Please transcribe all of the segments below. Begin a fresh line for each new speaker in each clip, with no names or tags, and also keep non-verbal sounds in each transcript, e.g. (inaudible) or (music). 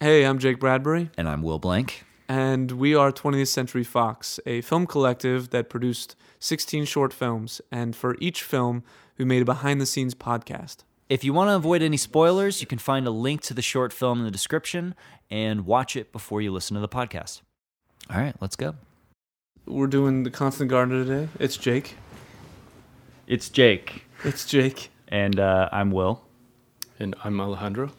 Hey, I'm Jake Bradbury,
And I'm Will Blank.
and we are 20th Century Fox, a film collective that produced 16 short films. And for each film, we made a behind the scenes podcast.
If you want to avoid any spoilers, you can find a link to the short film in the description and watch it before you listen to the podcast. All right, let's go.
We're doing The Constant Gardener today. It's Jake.
It's Jake,
It's Jake.
and uh, I'm Will.
And I'm Alejandro.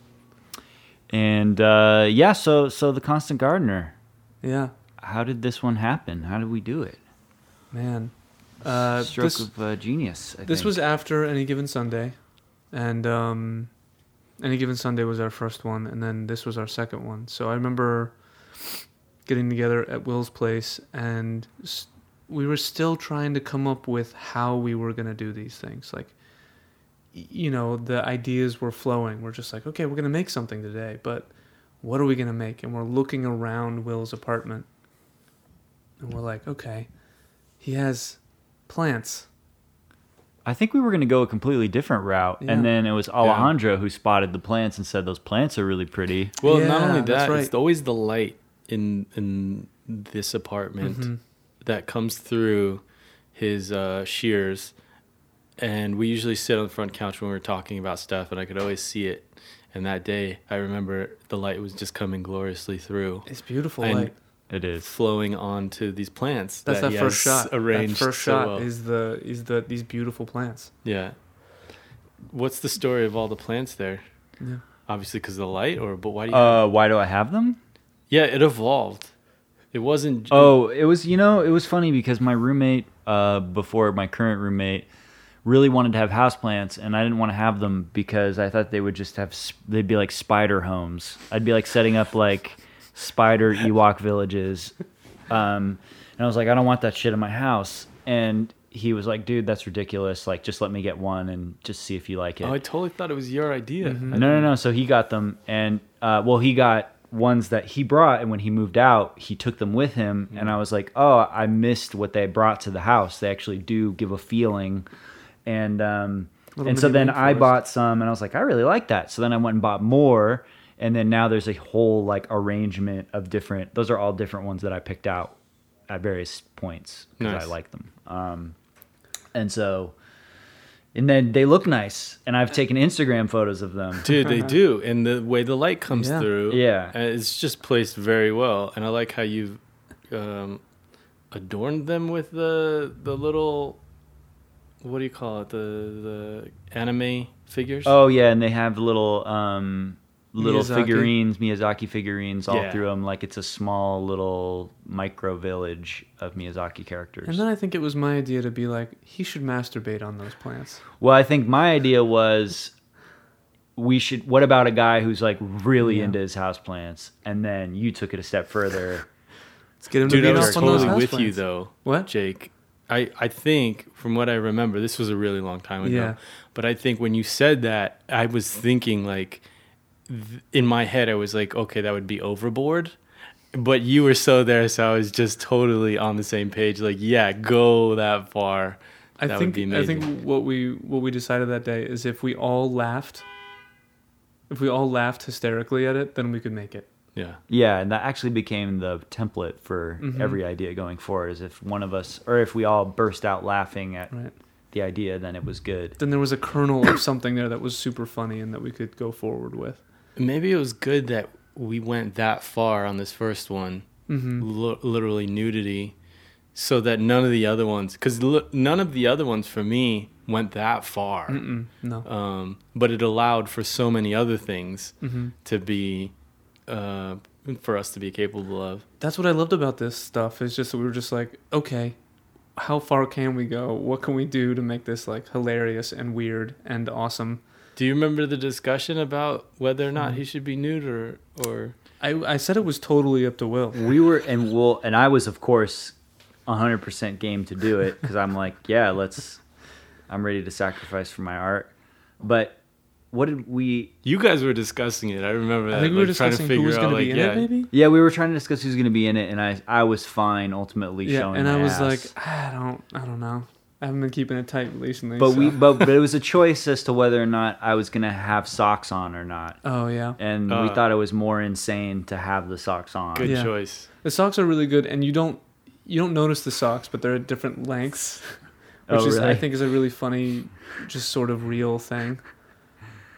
And uh, yeah, so so the Constant Gardener.
Yeah,
How did this one happen? How did we do it?
man. Uh,
Stroke
this
of uh, genius. I
this
think.
was after Any Given Sunday. And um, Any Given Sunday was our first one, and then this was our second one. So I remember getting together at Will's place, and s we were still trying to come up with how we were going to do these things. Like, y- you know, the ideas were flowing. We're just like, okay, we're going to make something today, but what are we going to make? And we're looking around Will's apartment, and we're like, okay, he has plants.
I think we were going to go a completely different route,
Yeah.
and then it was Alejandro who spotted the plants and said those plants are really pretty.
Well, not
Yeah,
only
that's
that,
right.
it's always the light in in this apartment
Mm-hmm.
that comes through his uh, shears, and we usually sit on the front couch when we're talking about stuff, and I could always see it. And that day, I remember the light was just coming gloriously through,
It's beautiful.
And-
like,
It is.
flowing onto these plants.
That's that,
he
first shot.
has Arranged
that first
so
shot
well.
is the is the these beautiful plants.
yeah. What's the story of all the plants there?
Yeah.
Obviously, because of the light, or but why do you?
Uh, why do I have them?
yeah, it evolved. It wasn't.
Oh, it was you know it was funny because my roommate uh, before my current roommate really wanted to have houseplants and I didn't want to have them because I thought they would just have sp- they'd be like spider homes. I'd be like setting up like spider Ewok villages, um, and I was like I don't want that shit in my house. And he was like, dude, that's ridiculous. Like, just let me get one and just see if you like it.
Oh, I totally thought it was your idea. (laughs)
No, no, no. So he got them, and uh, well, he got ones that he brought, and when he moved out, he took them with him. And I was like, oh, I missed what they brought to the house. They actually do give a feeling, and um,
Little
and so
mini
then I
rainforest.
bought some, and I was like, I really like that. So then I went and bought more, and then now there's a whole like arrangement of different. Those are all different ones that I picked out at various points because I
Nice.
like them. Um, and so. And then they look nice, and I've taken Instagram photos of them.
Dude, they do. And the way the light comes
Yeah.
through,
Yeah.
uh, it's just placed very well. And I like how you've um, adorned them with the the little what do you call it? The the anime figures.
Oh yeah, and they have little um little
Miyazaki.
figurines, Miyazaki figurines all
Yeah.
through them. Like it's a small little micro village of Miyazaki characters.
And then I think it was my idea to be like, he should masturbate on those plants.
well, I think my idea was we should. What about a guy who's like really
Yeah.
into his houseplants? And then you took it a step further.
Let's get him
Dude,
to
I
beat
was
off on those
totally
house
with you
plants.
though,
What?
Jake. I, I think from what I remember, this was a really long time ago.
Yeah.
But I think when you said that, I was thinking like th- in my head, I was like, okay, that would be overboard. But you were so there, so I was just totally on the same page. Like, yeah, go that far.
I
that
think I think what we what we decided that day is if we all laughed, if we all laughed hysterically at it, then we could make it.
yeah.
Yeah, and that actually became the template for
Mm-hmm.
every idea going forward. Is if one of us, or if we all burst out laughing at
Right.
the idea, then it was good.
Then there was a kernel
(coughs)
of something there that was super funny and that we could go forward with.
Maybe it was good that we went that far on this first one,
Mm-hmm. Hmm.
Li- literally nudity, so that none of the other ones, because none of the other ones for me went that far.
Mm, no.
Um, but it allowed for so many other things
Mm-hmm.
to be, uh, for us to be capable of.
that's what I loved about this stuff is just that we were just like, okay, how far can we go? What can we do to make this like hilarious and weird and awesome?
Do you remember the discussion about whether or not
Hmm.
he should be nude or, or
I, I said it was totally up to Will.
we were and we'll and I was of course 100% game to do it cuz I'm like, yeah, let's I'm ready to sacrifice for my art. But what did we
you guys were discussing it? I remember that.
I think we were
like, trying to
discussing who
figure
was going to
out,
be
like,
in
yeah,
it, maybe.
yeah, we were trying to discuss who's going to be in it, and I I was fine ultimately
Yeah,
showing.
and
my
I was
ass.
like, I don't, I don't know. I haven't been keeping it tight recently.
But
so-
we but, but it was a choice as to whether or not I was gonna have socks on or not.
Oh yeah,
And
Uh.
we thought it was more insane to have the socks on.
Good
Yeah.
choice.
the socks are really good, and you don't you don't notice the socks, but they're at different
(laughs)
lengths, which
Oh,
is I
really?
think is a really funny, just sort of real thing.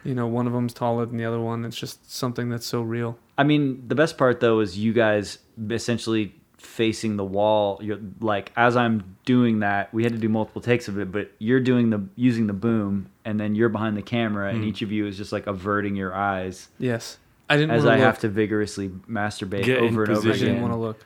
You know, one of them's taller than the other one. It's just something that's so real.
I mean, the best part though is you guys essentially facing the wall. You're like as I'm doing that, we had to do multiple takes of it, but you're doing the using the boom, and then you're behind the camera,
Hmm.
and each of you is just like averting your eyes
Yes, I didn't.
as
wanna
I
look.
have to vigorously masturbate
Get in
over and over
I didn't
position.
want to
again,
look.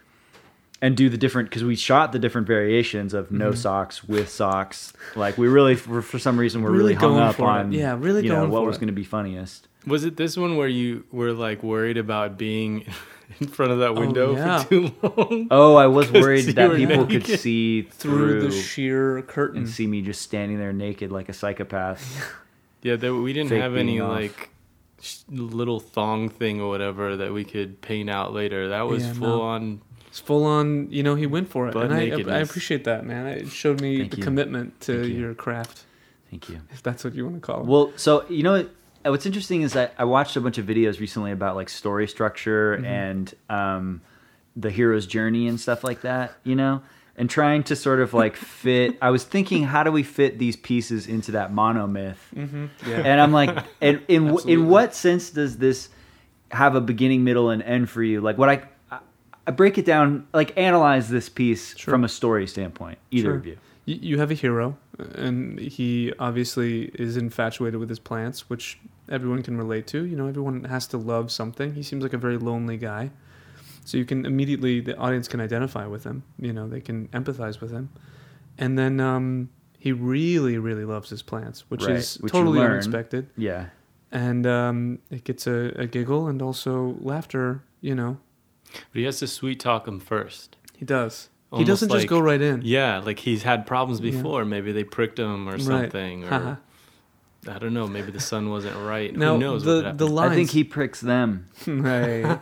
and do the different because we shot the different variations of
Mm-hmm.
no socks with socks. Like we really, for, for some reason, we're
Really
really, hung
going
up
for it.
on
Yeah, really
you know
going
what
for
was
it.
going to be funniest.
Was it this one where you were like worried about being (laughs) in front of that window
Oh, yeah.
for too
(laughs)
long?
Oh, I was worried
you
that
were
people could
naked.
see
Through,
through,
the sheer curtain.
and see me just standing there naked like a psychopath.
(laughs)
Yeah, there, we didn't
Fake
have any
being off.
like sh- little thong thing or whatever that we could paint out later. That was
Yeah, no.
full on.
It's full on. You know, he went for it,
Butt
and I, I
nakedness.
appreciate that, man. It showed me
Thank
the
you.
commitment to
Thank you.
your craft,
Thank you.
if that's what you want to call it.
Well, so you know what- what's interesting is that I watched a bunch of videos recently about like story structure
Mm-hmm.
and um, the hero's journey and stuff like that. You know. And trying to sort
(laughs)
of like fit, I was thinking, how do we fit these pieces into that monomyth?
hmm yeah.
And I'm like, and
(laughs)
in w-
Absolutely.
in what sense does this have a beginning, middle, and end for you? Like, what I I, I break it down, like analyze this piece
Sure.
from a story standpoint. Either
Sure.
of you.
you, you have a hero, and he obviously is infatuated with his plants, which everyone can relate to. You know, everyone has to love something. He seems like a very lonely guy. So you can immediately, the audience can identify with him. You know, they can empathize with him. And then um, he really, really loves his plants, which
Right,
is
which you
totally
learn.
unexpected.
Yeah.
and um, it gets a, a giggle and also laughter. You know,
But he has to sweet talk him first.
he does.
Almost
he doesn't just
like-
go right in.
Yeah, like he's had problems
Yeah.
before. Maybe they pricked him or
Right.
something,
Haha.
or I don't know. Maybe the sun wasn't right.
now
Who knows? what
the
happened.
the lines.
I think he pricks them.
(laughs) Hey.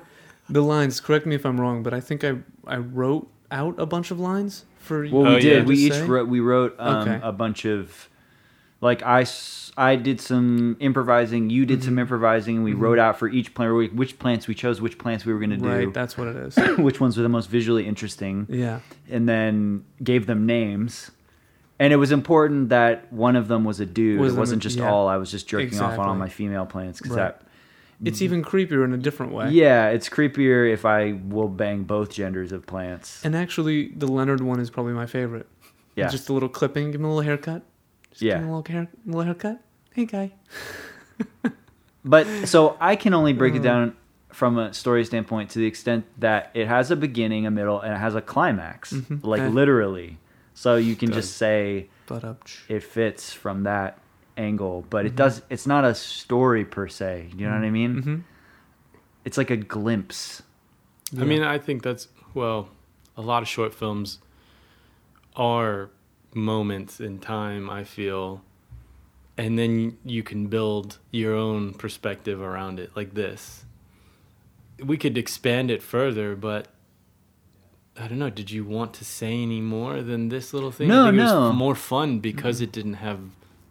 the lines. Correct me if I'm wrong, but I think I I wrote out a bunch of lines for.
Well,
Oh,
we did.
yeah.
We
to
each
say.
wrote, we wrote um,
Okay.
a bunch of, like I, s- I did some improvising. You did some
Mm-hmm.
improvising. and We wrote out for each player wh- which plants we chose, which plants we were going to
Right,
do,
that's what it
(laughs)
is.
(coughs) which ones were the most visually interesting.
Yeah,
and then gave them names. And it was important that one of them was a dude.
Was
it
them a-
wasn't just
yeah.
all. I was just jerking off on all
Exactly.
my female plants because
Right.
Mm-hmm.
it's even creepier in a different way.
that. Yeah, it's creepier if I will bang both genders of plants.
And actually, the Leonard one is probably my favorite.
Yeah,
Just a little clipping. Give him a little haircut. Just
Yeah.
Give him a little, hair, little haircut. Hey, guy.
but so I can only break
Mm.
it down from a story standpoint to the extent that it has a beginning, a middle, and it has a climax,
Mhm.
like
Yeah.
literally. So you can
Does.
just say
But up.
it fits from that angle, but it does. It's not a story per se. You know what I mean?
Mm-hmm.
It's like a glimpse.
Yeah.
I mean, I think that's well, a lot of short films are moments in time, I feel. And then you can build your own perspective around it like this. We could expand it further, but I don't know. Did you want to say any more than this little thing?
No,
I think it
no.
was more fun because it didn't have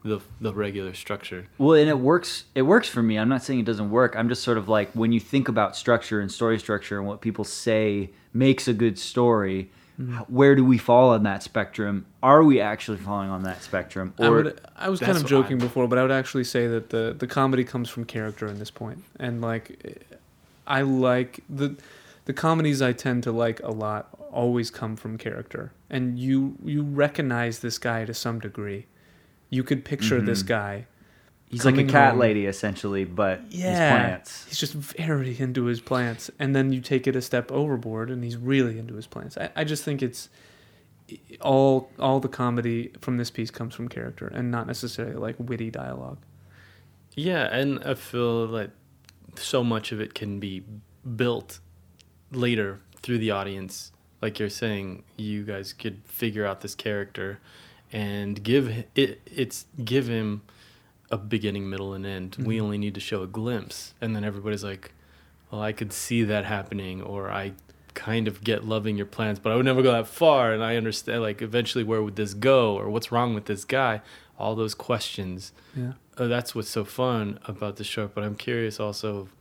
the the regular structure.
Well, and it works. It works for me. I'm not saying it doesn't work. I'm just sort of like when you think about structure and story structure and what people say makes a good story.
Mm-hmm.
h- Where do we fall on that spectrum? Are we actually falling on that spectrum?
I,
Or
would, I was kind
That's
of
what
joking
I-
before, but I would actually say that the the comedy comes from character in this point, and like, I like the the comedies I tend to like a lot always come from character, and you you recognize this guy to some degree. You could picture this
Mhm.
Mm-hmm.
guy.
he's like a
coming
cat
home-
lady essentially, but his
Yeah.
plants.
He's just very into his plants, and then you take it a step overboard, and he's really into his plants. I, I just think it's all all the comedy from this piece comes from character, and not necessarily like witty dialogue.
Yeah, and I feel like so much of it can be built later through the audience. Like you're saying, you guys could figure out this character and give h- it it's give him a beginning, middle, and end. We only need to show a glimpse, and then everybody's like, "Well, I could see that happening," or "I kind of get loving your plans, but I would never go that far. And I understand, like, eventually, where would this go, or what's wrong with this guy? All those questions.
Yeah.
Uh, that's what's so fun about the show. But I'm curious also, of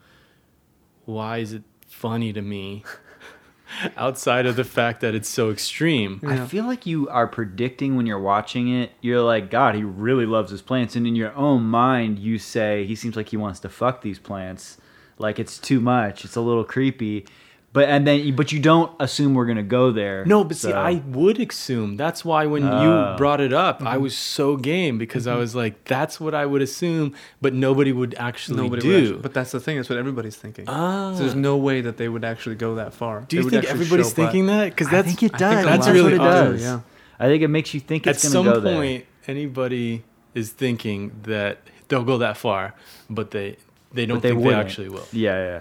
why is it funny to me? (laughs) outside of the fact that it's so extreme.
I feel like you are predicting when you're watching it. You're like, God, he really loves his plants, and in your own mind, you say he seems like he wants to fuck these plants. Like it's too much. It's a little creepy. But and then, but you don't assume we're gonna go there.
No, but see,
So-
I would assume. That's why when
Oh.
you brought it up, I was so game because I was like, that's what I would assume, but nobody would actually
Nobody
do.
would actually, but that's the thing. That's what everybody's thinking.
ah.
So there's no way that they would actually go that far.
do
They
you
would
think
actually
everybody's
show black.
thinking that? Because
I
that's
think it
I think
does.
a
That's
lot of
really
people do,
does.
yeah.
I think it makes you think
at
it's gonna
some
go
point
there.
anybody is thinking that they'll go that far, but they they don't
But they
think
wouldn't.
they actually will.
Yeah, yeah.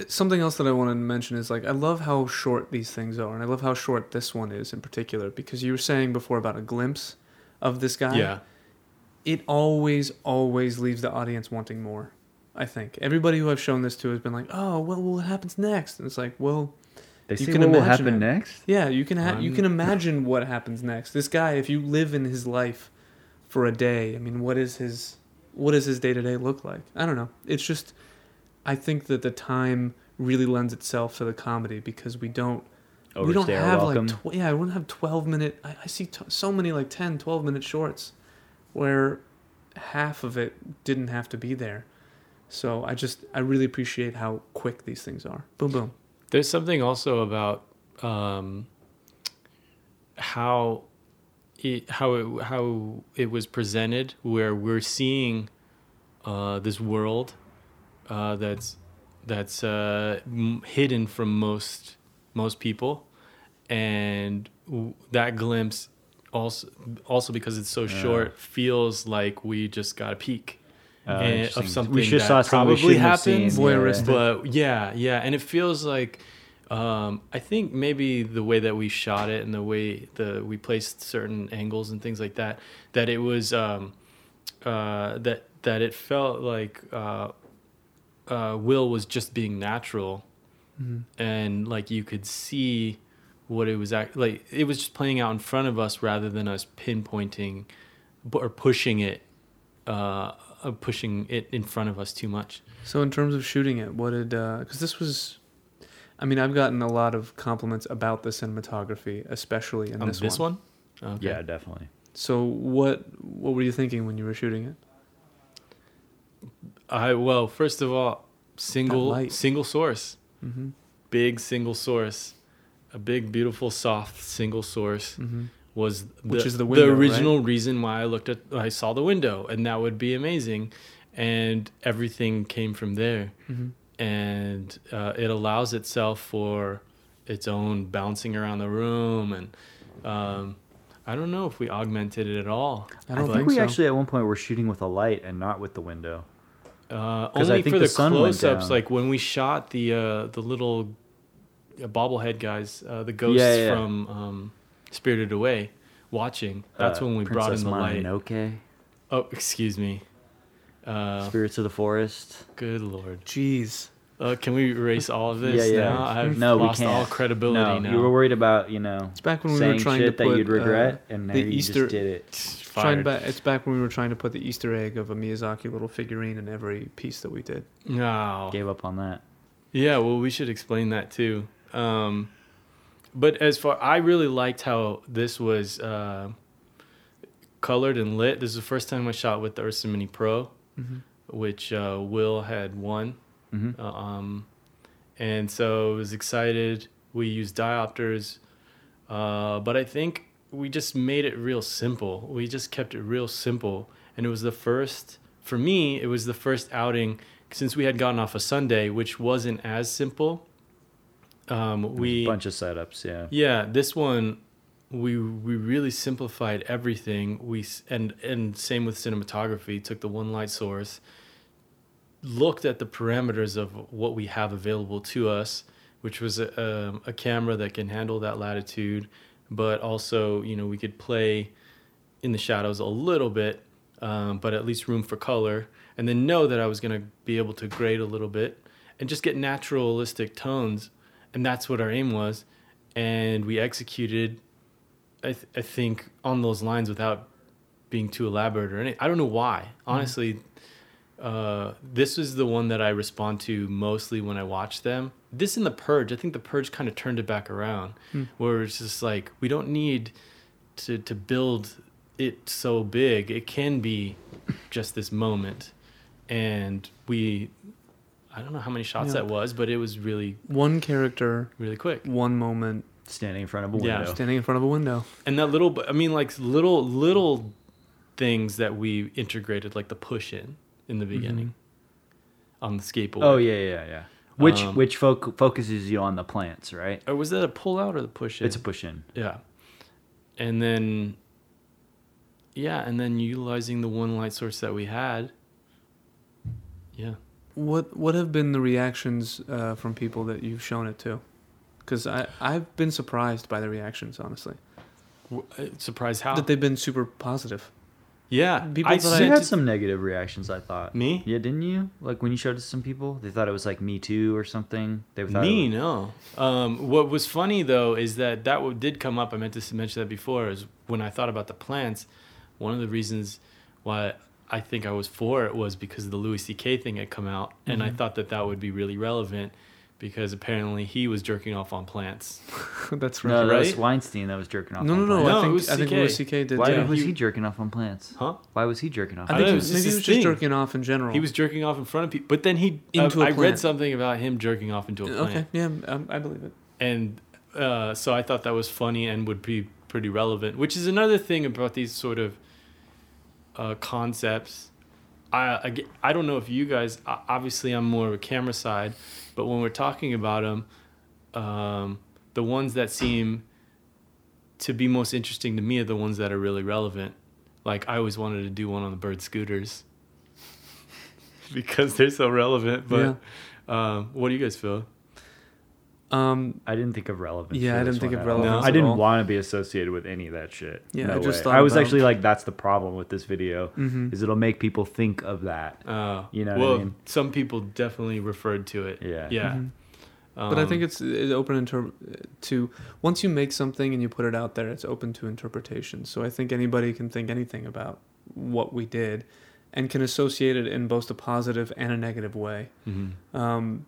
Uh, something else that I wanted to mention is like I love how short these things are, and I love how short this one is in particular because you were saying before about a glimpse of this guy.
Yeah.
It always, always leaves the audience wanting more. I think everybody who I've shown this to has been like, "Oh, well, what happens next?" And it's like, "Well,
They
You
see
can
what will
imagine
happen
it.
next.
yeah, you can ha- you
I'm-
can imagine what happens next." This guy, if you live in his life for a day, I mean, what is his what does his day to day look like? I don't know. It's just, I think that the time really lends itself to the comedy because we don't we don't
Overstay our
have
welcome.
like tw- yeah, we don't have 12 minute. I, I see t- so many like 10, 12 minute shorts where half of it didn't have to be there. So I just I really appreciate how quick these things are. Boom boom.
There's something also about um, how it, how it, how it was presented, where we're seeing uh, this world uh, that's that's uh, m- hidden from most most people, and w- that glimpse also also because it's so short feels like we just got a peek
Oh,
and-
interesting.
of something
we should
that
saw something we
probably
shouldn't have
happened.
seen. Yeah, yeah.
Voyeuristic.
But yeah, yeah, and it feels like um, I think maybe the way that we shot it and the way the we placed certain angles and things like that, that it was um, uh, that that it felt like uh, uh, Will was just being natural, and like you could see what it was act- like. It was just playing out in front of us rather than us pinpointing bu- or pushing it. Uh, uh, pushing it in front of us too much.
So in terms of shooting it, what did because this was, I mean I've gotten a lot of compliments about the cinematography, especially in
On
this, one.
Um, one? Okay.
Yeah, definitely.
So what what were you thinking when you were shooting it?
I well, first of all, single
light.
single source,
Mm-hmm.
big single source, a big beautiful soft single source
Mm-hmm.
was the,
Which is the window, right?
original reason why I looked at I saw the window and that would be amazing, and everything came from there.
Mm-hmm.
and uh, it allows itself for its own bouncing around the room and um, I don't know if we augmented it at all.
I
I,
don't
think,
think
we
so.
actually at one point were shooting with a light and not with the window.
Uh,
'Cause I
only
think
for
the
the,
sun went
close-ups,
down.
like when we shot the uh, the little uh, bobblehead guys, uh, the ghosts
Yeah, yeah, yeah.
from um, Spirited Away, watching. That's
Uh,
when we brought in
Princess
the light.
Mononoke,
Oh, excuse me. Uh,
Spirits of the Forest.
good lord.
Jeez.
Uh, can we erase all of this
yeah, yeah.
now? I've
no,
lost
we can't.
all credibility
no,
now.
You were worried about you know
It's back when we
saying
were trying
shit
to put
that you'd
uh,
regret, and now
the
you
Easter-
just did it.
Trying
Fired.
back, it's back when we were trying to put the Easter egg of a Miyazaki little figurine in every piece that we did.
No.
Gave up on that.
Yeah, well, we should explain that too. Um, but as far, I really liked how this was uh, colored and lit. This is the first time I shot with the Ursa Mini Pro, which uh, Will had won.
hmm
Uh, Um, and so I was excited. We used diopters, uh, but I think we just made it real simple. We just kept it real simple. And it was the first, for me, it was the first outing since we had gotten off a Sunday, which wasn't as simple. Um, we,
bunch of setups. Yeah.
yeah, this one we we really simplified everything. We s- and and same with cinematography. Took the one light source, looked at the parameters of what we have available to us, which was a, um, a camera that can handle that latitude, but also you know we could play in the shadows a little bit, um, but at least room for color. And then know that I was gonna be able to grade a little bit and just get naturalistic tones and that's what our aim was and we executed I, th- I think on those lines without being too elaborate or any i don't know why
Mm-hmm.
honestly uh, this is the one that i respond to mostly when i watch them this and the purge i think the purge kind of turned it back around
Hmm.
where it's just like we don't need to, to build it so big it can be just this moment and we i don't know how many shots
Yeah.
that was but it was really
One character,
really quick
one moment,
standing in front of a
Yeah.
window.
standing in front of a window.
and that little i mean like little little things that we integrated like the push in in the beginning on the skateboard
Mm-hmm. Oh yeah, yeah, yeah. Which
Um,
which foc- focuses you on the plants, right?
or was that a pull out or the push in
It's a push in.
yeah and then yeah and then utilizing the one light source that we had yeah
What what have been the reactions uh, from people that you've shown it to? Because I I've been surprised by the reactions, honestly.
W- uh, surprise how
That they've been super positive. (laughs)
yeah
people
I
that I-
you
sent
had
it-
some negative reactions, I thought.
me
Yeah, didn't you? Like when you showed it to some people, they thought it was like Me Too or something. They thought it
Me,
was-
no. Um, what was funny though is that that w- did come up. I meant to mention that before. Is when I thought about the plants, one of the reasons why I think I was for it was because the Louis C.K. thing had come out, and I
Mm-hmm.
thought that that would be really relevant because apparently he was jerking off on plants.
That's
no,
right.
that was
right?
Weinstein that was jerking off.
No, no,
on
no.
plants.
No,
I
it
think I
was
think
CK.
Louis C.K. did.
Why
yeah.
was
you-
he jerking off on plants?
Huh?
Why was he jerking off?
I
on
think
know,
he-
it
plants?
was
maybe
just
he
his
was just
thing.
jerking off in general.
He was jerking off in front of people, but then he.
Into a
I
plant.
read something about him jerking off into a plant.
okay. Yeah, I, I believe it.
and uh, so I thought that was funny and would be pretty relevant. Which is another thing about these sort of uh, concepts. I, I ge- I don't know if you guys o- obviously I'm more of a camera side, but when we're talking about them, um, the ones that seem to be most interesting to me are the ones that are really relevant. Like I always wanted to do one on the bird scooters (laughs) because they're so relevant. But um, what do you guys feel?
Um,
I didn't think of relevance.
Yeah,
for
I
this
didn't think
one
of
at all.
relevance
I
at
didn't
all.
want to be associated with any of that shit.
Yeah,
No
I just
way.
thought
I was
about-
actually like, that's the problem with this video
Mhm.
is it'll make people think of that.
Oh,
You know what I
Well,
mean?
some people definitely referred to it.
Yeah.
Yeah.
Mm-hmm. but I
Um,
think it's, it's open inter- to once you make something and you put it out there, it's open to interpretation. So I think anybody can think anything about what we did, and can associate it in both a positive and a negative way.
Mm-hmm.
mhm.
um,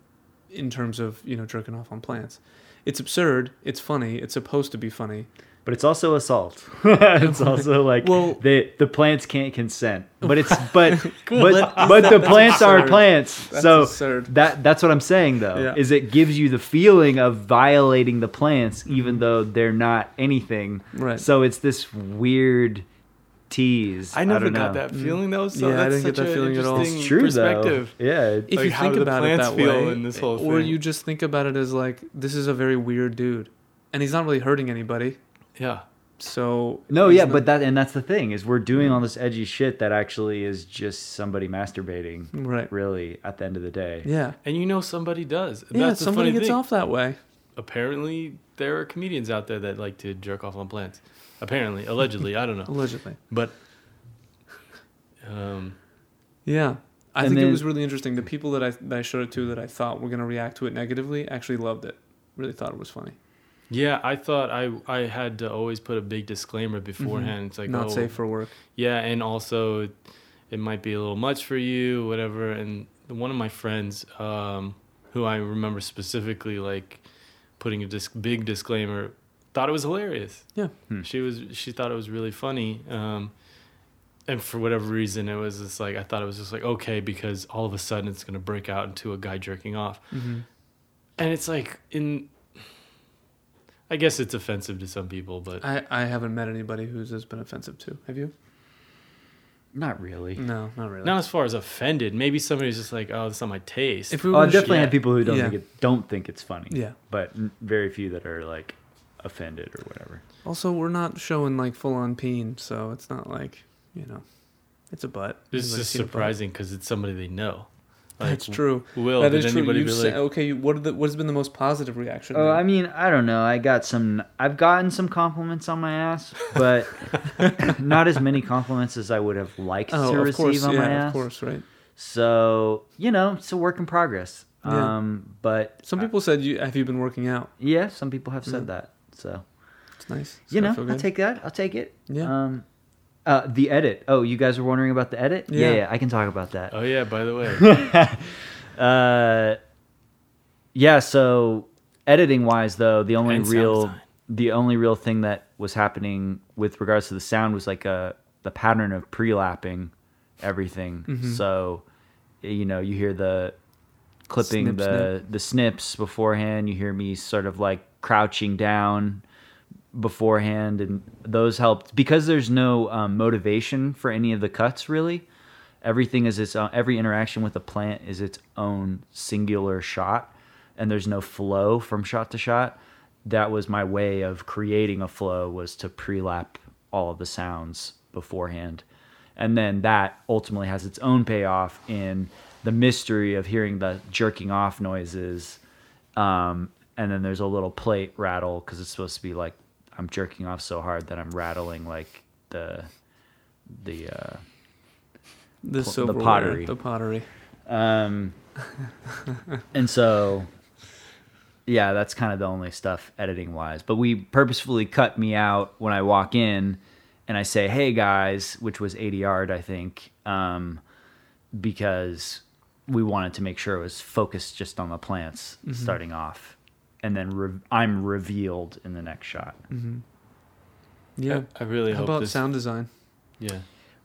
in terms of you know jerking off on plants. It's absurd. It's funny. It's supposed to be funny.
But it's
(laughs)
also assault. (laughs) it's also like
Well-
(laughs)
the the plants can't consent.
(laughs)
But it's but but,
That-
but the
that's
plants are
absurd.
plants.
That's
so
absurd.
that that's what I'm saying though.
Yeah.
Is it gives you the feeling of violating the plants even though they're not anything.
Mm-hmm. Right.
So it's this weird tease.
I never
don't
got
know.
that feeling though. So
Mm. Yeah, I
that's
didn't get
such
that
a
feeling at all. It's
interesting
It's true
perspective.
though. Yeah. it-
If
Like,
you
how
think
do the
about it
plants
that
feel
way,
in this whole
or
thing?
you just think about it as like this is a very weird dude, and he's not really hurting anybody.
Yeah.
So
No,
he's
yeah,
not-
but that and that's the thing is we're doing all this edgy shit that actually is just somebody masturbating.
right,
Really, at the end of the day.
yeah,
And you know somebody does.
yeah.
that's the
Somebody
funny
gets
thing.
off that way.
Apparently, there are comedians out there that like to jerk off on plants. Apparently, allegedly, I
(laughs)
don't know,
Allegedly.
but um,
Yeah. I
And
think it
then-
was really interesting. The people that I that I showed it to that I thought were gonna react to it negatively actually loved it. Really thought it was funny.
yeah, I thought I I had to always put a big disclaimer beforehand. It's like
Not
oh,
safe for work.
yeah and also it might be a little much for you whatever and one of my friends um, who i remember specifically like putting a disc- big disclaimer thought it was hilarious
Yeah.
Hmm.
she was she thought it was really funny um, and for whatever reason it was just like i thought it was just like okay because all of a sudden it's going to break out into a guy jerking off
Mm-hmm.
and it's like in i guess it's offensive to some people but
I, I haven't met anybody who's this been offensive to. Have you?
Not really.
No, not really.
not as far as offended maybe somebody's just like oh it's not my taste
If we
Well,
were
I've definitely
yeah.
had people who don't
Yeah.
think it don't think it's funny.
Yeah.
But n- very few that are like offended or whatever.
Also, we're not showing like full on peen, so it's not like you know, it's a butt.
This
It's
is
like
just
seen a butt.
surprising because it's somebody they know.
That's true.
Will
that
did
is true.
anybody
You
be
say,
like,
okay, you- what are the, what has been the most positive reaction?
Oh,
then?
I mean, I don't know. I got some. I've gotten some compliments on my ass,
(laughs)
but not as many compliments as I would have liked
oh,
to
of
receive
course,
on
yeah,
my ass.
of course, right?
So you know, it's a work in progress.
Yeah.
Um, but
Uh,
Some people said, "You have you been working out?"
yeah, some people have said
Yeah.
that. So
It's nice. It's
you
gotta
know,
Mm. feel
I'll
good.
take that. I'll take it.
Yeah.
Um, uh, the edit. Oh, you guys were wondering about the edit? Yeah,
Yeah.
yeah, I can talk about that.
Oh yeah, by the way. Oh.
uh, yeah. So editing wise, though, the only
And sound
real
design.
the only real thing that was happening with regards to the sound was like a the pattern of pre-lapping everything.
Mm-hmm.
So you know, you hear the clipping
Snip,
the the snips beforehand. You hear me sort of like crouching down beforehand, and those helped because there's no um, motivation for any of the cuts really. Everything is its own, every interaction with the plant is its own singular shot, and there's no flow from shot to shot. That was my way of creating a flow was to pre-lap all of the sounds beforehand and then that ultimately has its own payoff in the mystery of hearing the jerking off noises um, and then there's a little plate rattle because it's supposed to be like i'm jerking off so hard that i'm rattling like the the uh,
the, silverware,
pottery.
The pottery.
um, and so, yeah, that's kind of the only stuff editing wise. But we purposefully cut me out when I walk in and I say, hey guys, which was 80 yard, I think, um, because we wanted to make sure it was focused just on the plants starting off. And then re- I'm revealed in the next shot.
(laughs) Mm-hmm. Yeah.
I really
How
hope
about
this.
sound design?
yeah.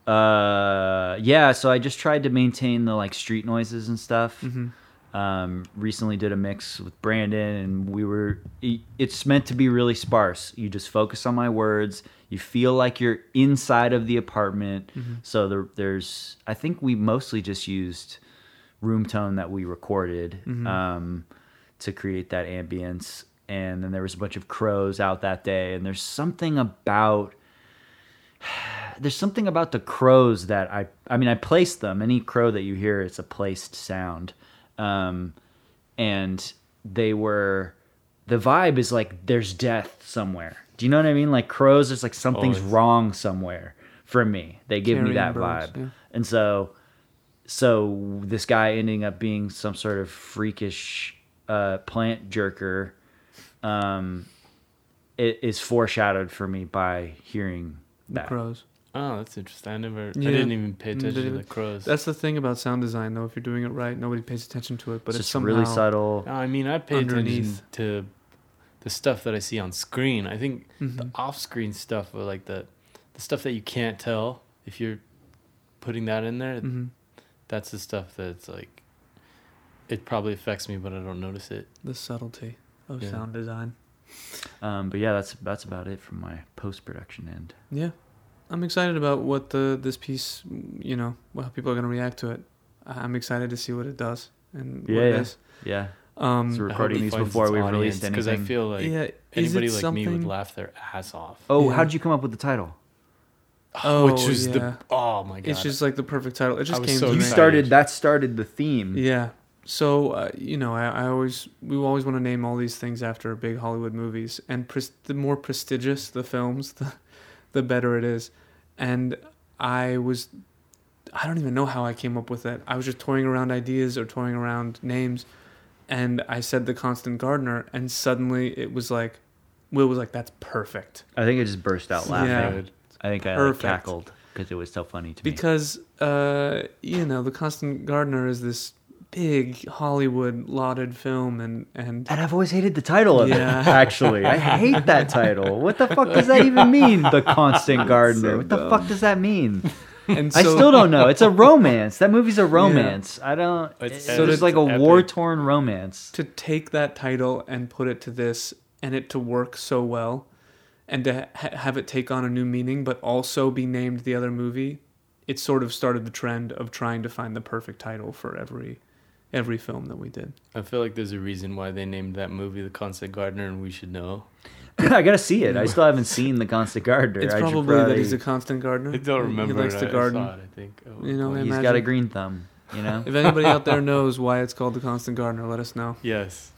Uh, yeah. So I just tried to maintain the like street noises and stuff.
Mm-hmm.
Um, recently did a mix with Brandon, and we were. i- It's meant to be really sparse. You just focus on my words. You feel like you're inside of the apartment.
Mm-hmm.
So there, there's. I think we mostly just used room tone that we recorded um, to create that ambience. And then there was a bunch of crows out that day. And there's something about (sighs) there's something about the crows that I I mean I placed them. Any crow that you hear, it's a placed sound, um, and they were the vibe is like there's death somewhere. Do you know what I mean? Like crows, there's like something's
Always.
wrong somewhere for me. They give me
Carrion
that
birds,
vibe,
yeah.
and so so this guy ending up being some sort of freakish uh, plant jerker. Um, it is foreshadowed for me by hearing
The
that.
crows.
Oh, that's interesting. I never.
Yeah.
I didn't even pay
Mm,
attention to
didn't-
the crows.
That's the thing about sound design, though. If you're doing it right, nobody pays attention to it, but it's,
just
somehow
really subtle.
No, I mean, I pay
Underneath.
attention to the stuff that I see on screen. I think the
Mhm.
off-screen stuff, or like the the stuff that you can't tell if you're putting that in there.
Mhm.
That's the stuff that's like, it probably affects me, but I don't notice it.
the subtlety of
Yeah.
sound design.
Um, but yeah, that's that's about it from my post production end.
Yeah, I'm excited about what the this piece, you know, how people are going to react to it. I- I'm excited to see what it does and what it
Yeah.
is.
Yeah,
Um,
So
I hope
recording
it
these
finds
before
its
we've released
audience, I
anything.
feel like
yeah, is
anybody
it
like me would
something-
laugh their ass off.
Oh,
Yeah.
how'd you come up with the title?
Oh,
(laughs) which was
yeah.
the oh my god!
It's just like the perfect title. It just
was
came.
so
to
You
me.
excited. started-
That started the theme.
Yeah. So uh, you know, I, I always we always want to name all these things after big Hollywood movies, and pres- the more prestigious the films, (laughs) the the better it is. And I was, I don't even know how I came up with that. I was just toying around ideas or toying around names, and I said the Constant Gardener, and suddenly it was like, Will was like, "That's perfect."
I think I just burst out laughing.
Yeah.
Good.
I think I like,
Perfect.
cackled because it was so funny to me.
because uh, you know the constant gardener is this big hollywood lauded film and
(laughs)
and
And I've always hated the title of
Yeah.
it. (laughs) Actually, I hate that title. What the fuck does that even mean? The Constant Gardener.
so
what the
dumb.
fuck does that mean?
and
I
so-
still don't know. It's a romance. That movie's a romance. I don't.
It's-
It's,
So
there's
it's
like a
epic.
war torn romance. (laughs)
to take that title and put it to this and it to work so well and to ha- have it take on a new meaning but also be named the other movie it sort of started the trend of trying to find the perfect title for every every film that we did
I feel like there's a reason why they named that movie "The Constant Gardener," and we should know.
I gotta see it. I still haven't seen The Constant Gardener.
it's
I should
probably, that he's a constant gardener
I don't remember.
he likes
it.
to
I
garden
saw it, I think. Oh, at one
You know,
point.
I
He's got a
imagine.
green thumb. You
(laughs)
know,
if anybody out
(laughs)
there knows why it's called the constant gardener let us know
Yes,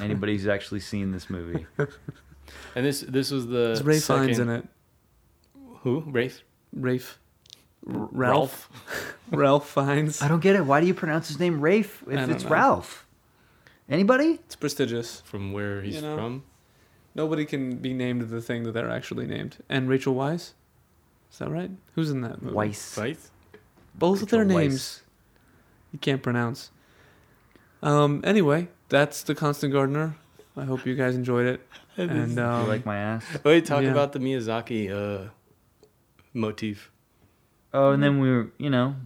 anybody who's actually seen this
(laughs)
movie.
and this this was the
It's Ray
second,
Fiennes in it
Who Rafe?
Rafe. R- (laughs) Ralph. Ralph Fiennes.
I don't get it. Why do you pronounce his name Rafe
I
if
don't
it's
know.
Ralph? Anybody?
It's prestigious.
From where he's
You know?
from,
Nobody can be named the thing that they're actually named. And Rachel Weisz? Is that right? Who's in that movie?
Weiss.
right?
Both of their
Rachel Weisz.
names you can't pronounce. Um, anyway, that's The Constant Gardener. I hope you guys enjoyed it. And
you
um,
like my ass?
(laughs) Wait, talk
yeah.
about the Miyazaki uh, motif.
Oh,
Mm-hmm.
and then we were, you know,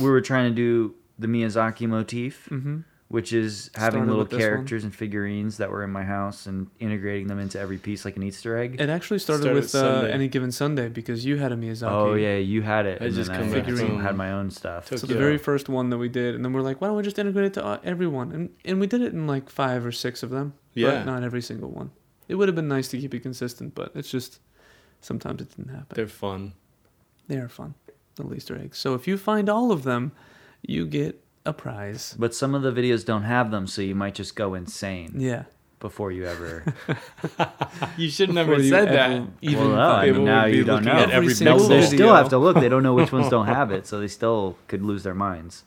we were trying to do the Miyazaki motif,
mhm.
which is having
Started
little
with this one.
characters and figurines that were in my house and integrating them into every piece like an Easter egg.
It actually started,
Started
with uh,
Sunday.
Any Given Sunday because you had a Miyazaki.
Oh yeah, you had it.
I
and
just
then
come
back
I
from
had my own stuff.
So
Tokyo.
the very first one that we did, and then we're like, why don't we just integrate it to uh, everyone? And and we did it in like five or six of them,
Yeah.
but not every single one. It would have been nice to keep it consistent, but it's just sometimes it didn't happen.
They're fun. (laughs)
They are fun, little Easter eggs. So if you find all of them, you get a prize.
But some of the videos don't have them, so you might just go insane
Yeah,
before you ever.
You should
Before
never
you
said that.
ever (laughs) even
well, no, I
find
mean,
people
now
would be
you don't
looking
know.
at
every
They
single
still- they
video.
still have to look. They don't know which ones don't have it, so they still could lose their minds.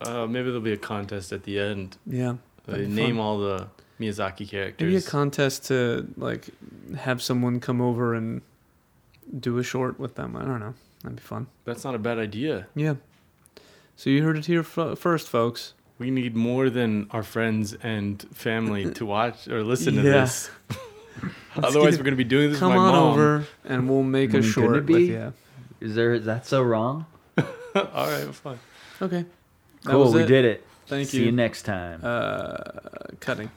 Uh, maybe there'll be a contest at the end.
yeah.
They
That'd be
name
fun.
all the Miyazaki characters.
Maybe a contest to like have someone come over and do a short with them. I don't know. That'd be fun.
That's not a bad idea.
Yeah. So you heard it here fo- first, folks.
We need more than our friends and family to watch or listen to
Yeah.
this.
(laughs) Let's
Otherwise,
get
we're
it-
going to be doing this.
come
with my
on
mom.
over Mm, and we'll make a
Couldn't it
short.
be?
With you.
Is there is that so wrong?
(laughs) all right, well, fine.
Okay. That
Cool,
was
we
it.
did it.
Thank
See you next time.
uh, cutting.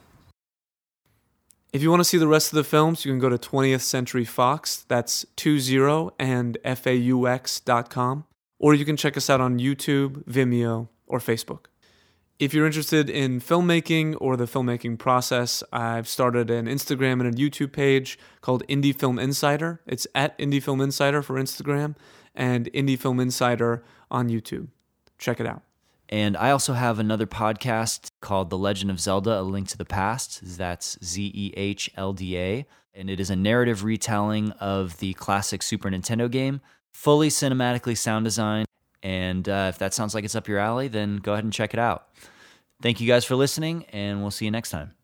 If you want to see the rest of the films, you can go to 20th Century Fox. That's 20 and faux.com. Or you can check us out on YouTube, Vimeo, or Facebook. If you're interested in filmmaking or the filmmaking process, I've started an Instagram and a YouTube page called Indie Film Insider. It's at Indie Film Insider for Instagram and Indie Film Insider on YouTube. Check it out.
And I also have another podcast called The Legend of Zelda A Link to the Past. That's Z E H L D A. And it is a narrative retelling of the classic Super Nintendo game, fully cinematically sound designed. And uh, if that sounds like it's up your alley, then go ahead and check it out. Thank you guys for listening, and we'll see you next time.